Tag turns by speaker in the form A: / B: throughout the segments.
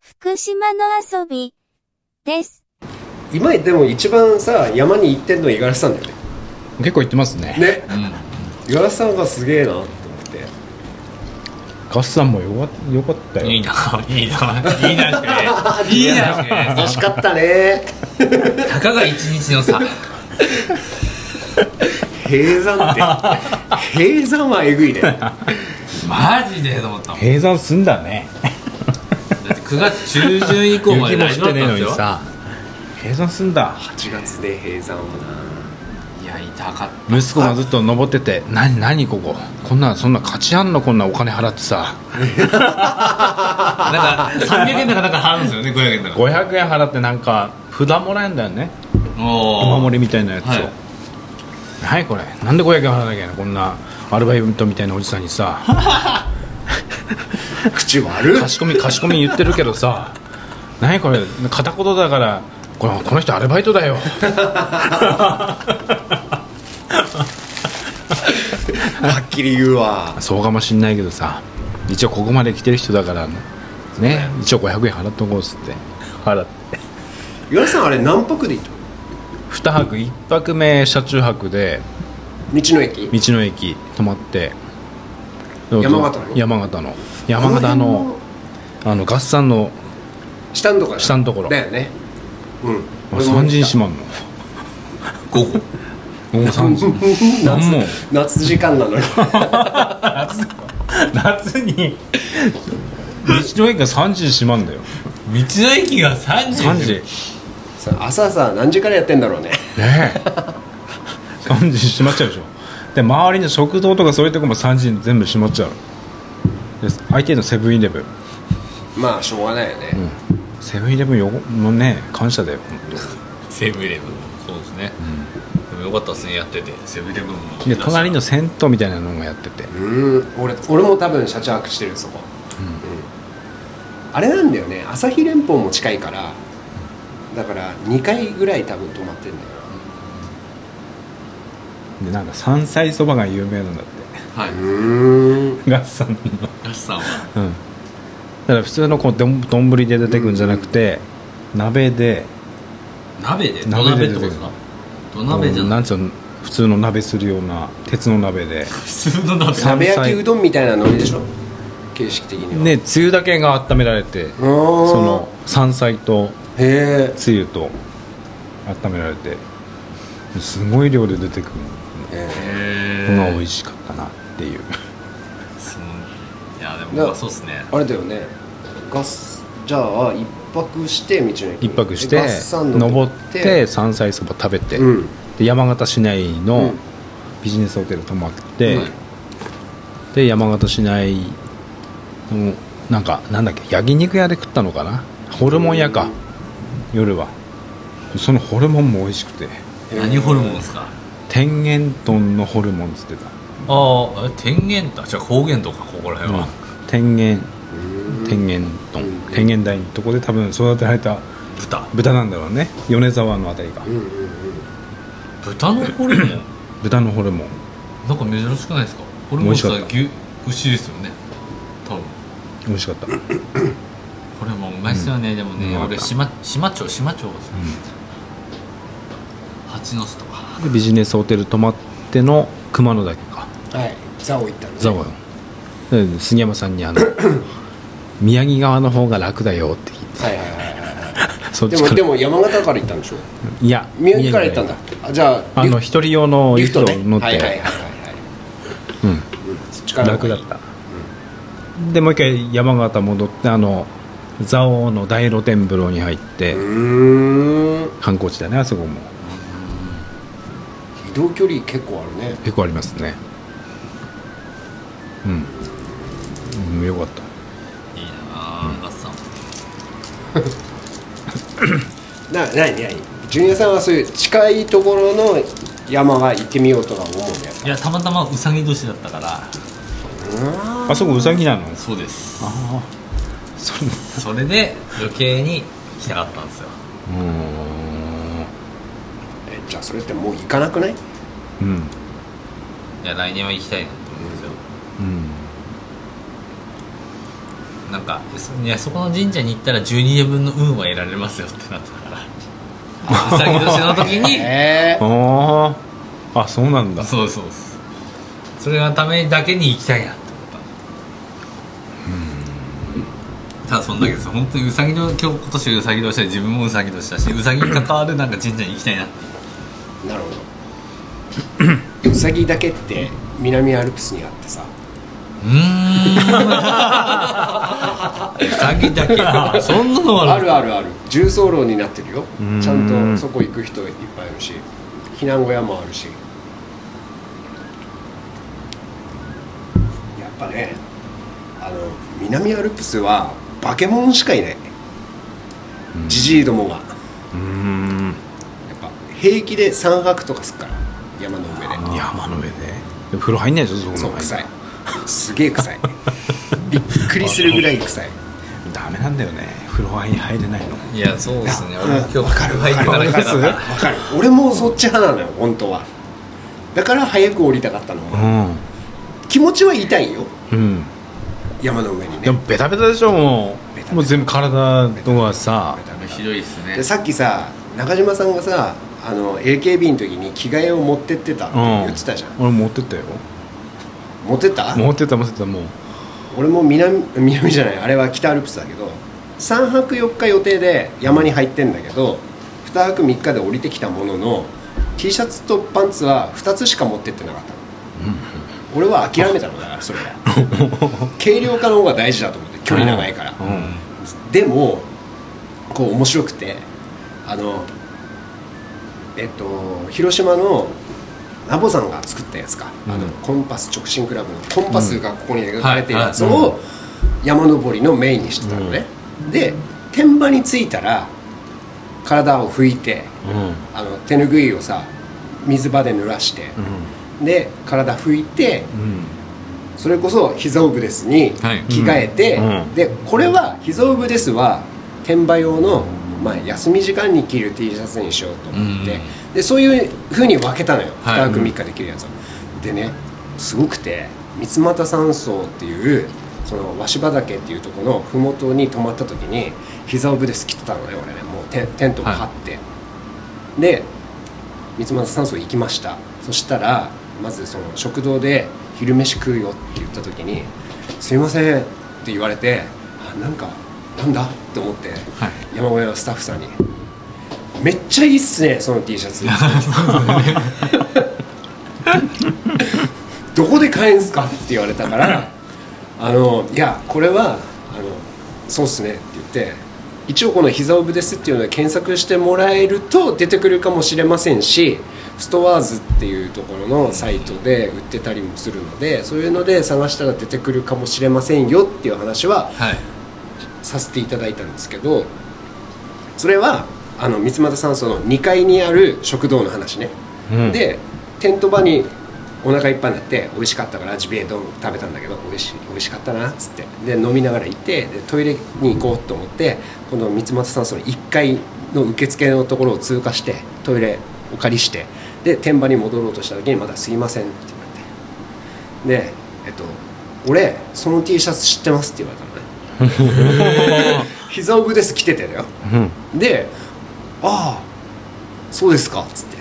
A: 福島の遊びです。
B: 今でも一番さ山に行ってんのは五十嵐さんだよね
C: 結構行ってますね
B: ね
C: うん
B: 五十嵐さんがすげえなと思って
C: ガスさんもよかよかったよ
D: いいな、いいな、いいなしかねえ。いいなしかね
B: 惜しかったね
D: え。たかが一日の差。い
B: 閉山って閉山はえぐいね
D: マジでと思ったもん。
C: 閉山すんだね
D: だって9月中旬以降ま
C: 雪
D: で
C: も降
D: 大
C: っ
D: 丈夫だ
C: て
D: っ
C: ねえ
D: た
C: の
D: んで
C: に
D: すよ。
C: さ閉山すんだ
B: 8月で閉山もない
D: や、痛かった。
C: 息子がずっと登ってて「なになにこここんなそんな価値あんのこんなお金払ってさ
D: なんか、300円だかなんか払うんですよね、500円だか。
C: 500円払ってなんか札もらえんだよねお
D: お
C: 守
D: り。
C: りみたいなやつを
D: はい
C: 「はい、これなんで500円払わなきゃいけないのこんなアルバイトみたいなおじさんにさ
B: 口悪っ
C: 貸し込み貸し込み言ってるけどさ何これ片言だからこのこの人アルバイトだよ」
B: はっきり言うわ
C: そうかもしんないけどさ一応ここまで来てる人だからねね一応500円払っとこうっつって払って
B: 五十嵐さんあれ何泊で行ったの
C: 2泊1泊目車中泊で
B: 道の駅
C: 道の駅泊まって
B: 山形の
C: 山形の山形のあの合算の
B: 下のとこだ
C: 下のところ
B: だよねうん俺も行った
C: 三人島も
D: 午後。
C: もう三人何も
B: 夏時間なのに
C: 夏に道の駅が3時に閉まんだよ
D: 道の駅が3時。
C: 3時
B: さ朝さ何時からやってんだろうね
C: ねえ3時閉まっちゃうでしょで周りの食堂とかそういうとこも3時に全部閉まっちゃうで相手のセブンイレブン
B: まあしょうがないよね、
C: セブンイレブンよもうね感謝だよ本
D: セブンイレブン。そうですね。でもよかったですね、やってて。セブンイレブンも。
C: 当で隣の銭湯みたいなのもやってて
B: うん俺俺も多分車中泊してるそこ、うんあれなんだよね朝日連峰も近いからだから2回ぐらい多分泊まってんだよ
C: でなんか山菜そばが有名なんだって
D: はい。
B: なうん
C: ガッサンの
D: ガスさんは。
C: うんだから普通のこうどん丼で出てくんじゃなくて、鍋で
D: 鍋で土
C: 鍋
D: 鍋
C: で
D: ってことですか土鍋じゃ
C: うん
D: な
C: ないんつうの普通の鍋するような鉄の鍋で
D: 普通の鍋
C: さ
B: 鍋焼き
C: 山菜
B: うどんみたいなノリでしょ形式的には
C: ね梅雨だけが温められて
B: うーん
C: その山菜と
B: へ
C: つゆと温められてすごい量で出てくる
B: え
D: へ
C: のが美
D: ー
C: 味しかったなっていう、
D: そのいやでもまあそうっすね
B: あれだよねガスじゃあ一泊して道の駅に
C: 一泊し
B: で
C: て
B: ガッサン
C: 登って山菜そば食べて、
B: うん
C: で山形市内
B: う
C: の
B: ん
C: ビジネスホテル泊まって、
D: はい
C: で山形市内のなんかなんだっけ焼肉屋で食ったのかなホルモン屋か、夜はそのホルモンも美味しくて
D: 何ホルモンですか
C: 天元豚のホルモンっつってた
D: ああ天元とじゃあ高原とかここら辺は
C: 天元
B: うん
C: 天元豚
B: うん
C: 天元台のとこで多分育てられた
D: 豚
C: 豚なんだろうね米沢のあたりが
B: うんうんうん
D: 豚のホルモン
C: 豚のホルモン
D: なんか珍しくないですかホルモンさ
C: 美味しかった
D: 牛牛ですよね多分
C: 美味しかった、うん
D: ホルモンうまいっすよねでもね
C: うん
D: 俺島島町島町ですよ蜂の巣とか
C: でビジネスホテル泊まっての熊野岳か
B: はいザオ行ったん
C: ザワヨンで杉山さんに あの宮城側の方が楽だよって聞いて
B: はいはいはいはいはい
C: そっ
B: で
C: ちか
B: も
C: ら
B: でも山形から行ったんでしょ
C: いや
B: 宮城から行ったんだあじゃあ
C: あの
B: リフ
C: 一人用の
B: リ
C: リ
B: フト
C: フトを
B: ね
C: 乗って、
B: はいはいはいはい
C: うん
B: うんそっちから
C: 楽だった、でもう一回山形戻ってあの蔵王の大露天風呂に入って、
B: うーん
C: 観光地だねあそこも
B: 移動距離結構あるね
C: 結構ありますねうん、うん、よかった
D: いいなあガッサン
B: ななになにジュニアさんはそういう近いところの山は行ってみようとは思うんだよ
D: いやたまたまうさぎ年だったから
C: あそこウサギなの
D: そうです
C: ああそれ
D: それで余計に行きたかったんですよ
B: えじゃあそれってもう行かなくない
C: うんうん
D: いや来年は行きたいなと思うんですよ
C: うん
D: なんかそいやそこの神社に行ったら12年分の運は得られますよってなってたからうさぎ年の時に
B: え
C: あああそうなんだ
D: そうですそうですそれがためだけに行きたいなって思ったただそんだけです本当にうさぎの今日今年うさぎ年で自分もうさぎ年だしうさぎに関わるなんか神社に行きたいなって
B: ー、なるほ どウサギだけって南アルプスにあってさ
D: うーんうさぎだけそんなの
B: あ
D: ある
B: るあるある重曹路になってるよ
C: うん
B: ちゃんとそこ行く人いっぱいいるし避難小屋もあるしやっぱねあの南アルプスは化け物しかいないじじいどもがやっ
C: うーん
B: ぱ平気で山泊とかすっから山の上で
C: 山の上ででも風呂入んないでしょそこの
B: そう
C: 前
B: 臭いすげえ臭いびっくりするぐらい臭い
C: ダメなんだよね風呂入入れないの
D: いやそうですね
B: いや
D: 俺今日入ってから
B: わ
D: 来
B: か
D: た
B: る
D: か
B: わ
D: ら
B: かる俺もそっち派なのよ本当はだから早く降りたかったの、気持ちは痛いよ
C: うんうん
B: 山の上に
C: で
B: ね
C: もベタベタでしょも
B: ベタベ
C: う
B: タ
C: もう全部体とかさ
D: ひどいですね
B: でさっきさ中島さんがさあの AKB の時に着替えを持ってってたって言ってたじゃん、
C: 俺持ってったよ
B: 持ってった
C: 持ってった持ってったもう
B: 俺も南 南じゃないあれは北アルプスだけど3泊4日予定で山に入ってんだけど2泊3日で降りてきたものの T シャツとパンツは2つしか持ってってなかったの俺は諦めたのだからそれ は軽量化の方が大事だと思って距離長いから、
C: うん
B: でもこう面白くてあのえっと広島のナボさんが作ったやつか、あ
C: う
B: の
C: ん
B: コンパス直進クラブのコンパスがここに描かれてるやつ
D: うんはいは
B: を山登りのメインにしてたのね、で天場に着いたら体を拭いて
C: うん
B: あの手拭いをさ水場で濡らして、で体拭いて
C: うん
B: それこそ「膝オブです」に
D: はい
B: 着替えて、
C: うんうん
B: でこれは「膝オブです」は転売用の、まあ、休み時間に着る T シャツにしようと思って、
D: うん
B: でそういうふうに分けたのよ
D: はい
B: 2泊3日できるやつを、でねすごくて三俣山荘っていうその鷲羽岳っていうところの麓に泊まった時に膝オブです着てたのね俺ねもうテンテントを張って、で三俣山荘行きましたそしたらまずその食堂で「昼飯食うよ」って言った時に「すいません」って言われてあなんかなんだって思って、山小屋のスタッフさんに「めっちゃいいっすねその T シャツ」どこで買えんすか?」って言われたから「あのいやこれはあのそうっすね」って言って一応この「膝オブです」っていうので検索してもらえると出てくるかもしれませんしストアーズっていうところのサイトで売ってたりもするのでそういうので探したら出てくるかもしれませんよっていう話は
D: はい
B: させていただいたんですけどそれはあの三俣山荘の2階にある食堂の話ね、
C: うん
B: でテント場にお腹いっぱいになって美味しかったからジビエ丼食べたんだけど美味しい美味しかったなっつってで飲みながら行ってでトイレに行こうと思ってこの三俣山荘の1階の受付のところを通過してトイレお借りしてで天場に戻ろうとした時にまた「すいません」って言われてで、えっと、俺その T シャツ知ってますって言われたのね膝オブです着ててだよ
C: うん
B: で「ああそうですか」っつって、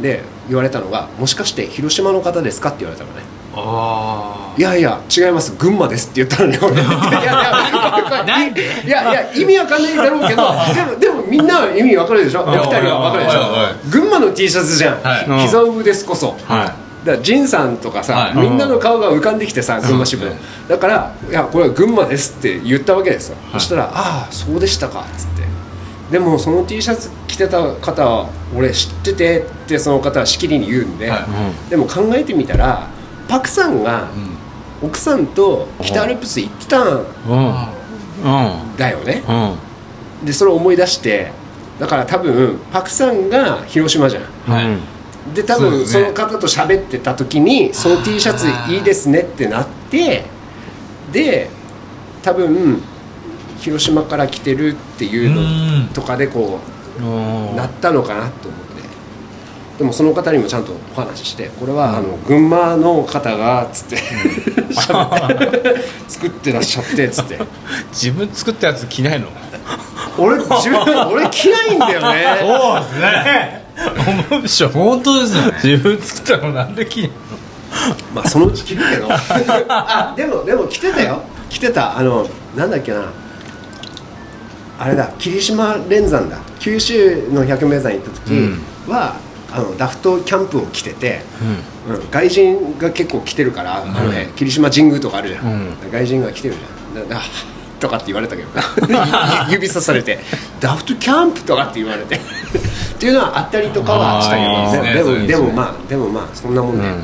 B: で言われたのが「もしかして広島の方ですか?」って言われたのね
D: あ
B: 「いやいや違います群馬です」って言ったのね 俺いやいや
D: なんで
B: いやいや意味わかんないだろうけ どでもでもみんなは意味わかるでしょお
D: い
B: 二人はわかるでし
D: はいはいはい
B: ょ群馬の T シャツじゃん、
D: はい
B: 膝オブですこそ、
C: は
B: だから仁さんとかさ、
D: はい
B: みんなの顔が浮かんできてさ群馬支部で
D: そうで
B: だから「いやこれは群馬です」って言ったわけですよ、そしたら「ああそうでしたか」っつってでもその T シャツ着てた方は俺知っててってその方はしきりに言うんで、
D: はい
B: でも考えてみたらパクさんが奥さんと北アルプス行ってたん
C: うんうん
B: だよね
C: うん
B: でそれを思い出してだから多分パクさんが広島じゃん
D: はい
C: うん
B: で多
D: そう
B: 分
D: です
B: そ
D: ね
B: の方と喋ってた時にその T シャツいいですねってなってで多分広島から来てるっていう
D: う
B: の
D: ん
B: とかでこ
C: うん
B: うなったのかなと思ってでもその方にもちゃんとお話ししてこれはあの群馬の方がつって喋って 作ってらっしゃってつって
C: 自分作ったやつ着 ないの
B: 俺自分俺嫌いんだよね
D: そうですね
C: 思うでしょ
D: 本当ですよね
C: 自分作ったのなんで着ないの
B: まあそのうち着るけどあでもでも着てたよ着てたあのなんだっけなあれだ霧島連山だ九州の百名山行った時は、あのダフトキャンプを着てて、うん外人が結構来てるから、あのね、霧島神宮とかあるじゃん、
C: う
B: 外人が来てるじゃんだだ とかって言われたけど指さされて「ダフトキャンプ」とかって言われてっていうのはあったりとかはしたけど
D: あーいい
B: で
D: ですね
B: も
D: そういうの
B: でもまあでもまあそんなもんだよ、
C: うん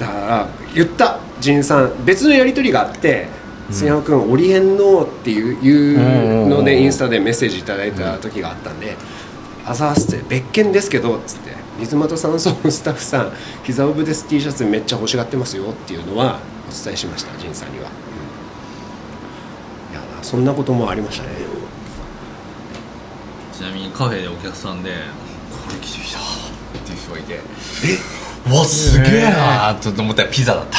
B: だから言った仁さん別のやり取りがあって杉山君「オリエンの」っていういうの
C: うんうんうん
B: でインスタでメッセージいただいた時があったんで「あざわす」って「別件ですけど」っつって「水俣さんそのスタッフさん膝オブです T シャツめっちゃ欲しがってますよ」っていうのはお伝えしました仁さんには、うんいやそんなこともありましたね
D: ちなみにカフェでお客さんで「これ着てきた」っていう人がいて「えわすげえな」と思ったらピザだった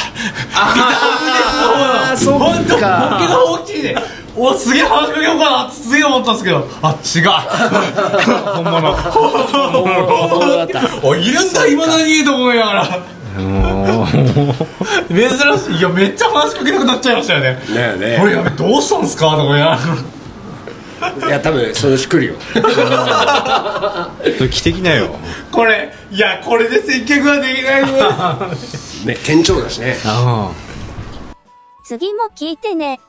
B: ああそう
D: 本当
B: か
D: 本気の大きいねおすげえ話しかけようかなってすげえ思ったんですけどあ違
C: 本物
B: そうだった
D: うおいるんだいまだにと思いながら珍しいいやめっちゃ話しかけなくなっちゃいましたよね
B: ねえ
D: これやべどうしたんですかとか思いながら
B: いや多分そのうち来るよ
C: それ着てきなよ
D: これいやこれで接客はできないぞ
B: ね店長だしね
C: あ
A: 次も聞いてね。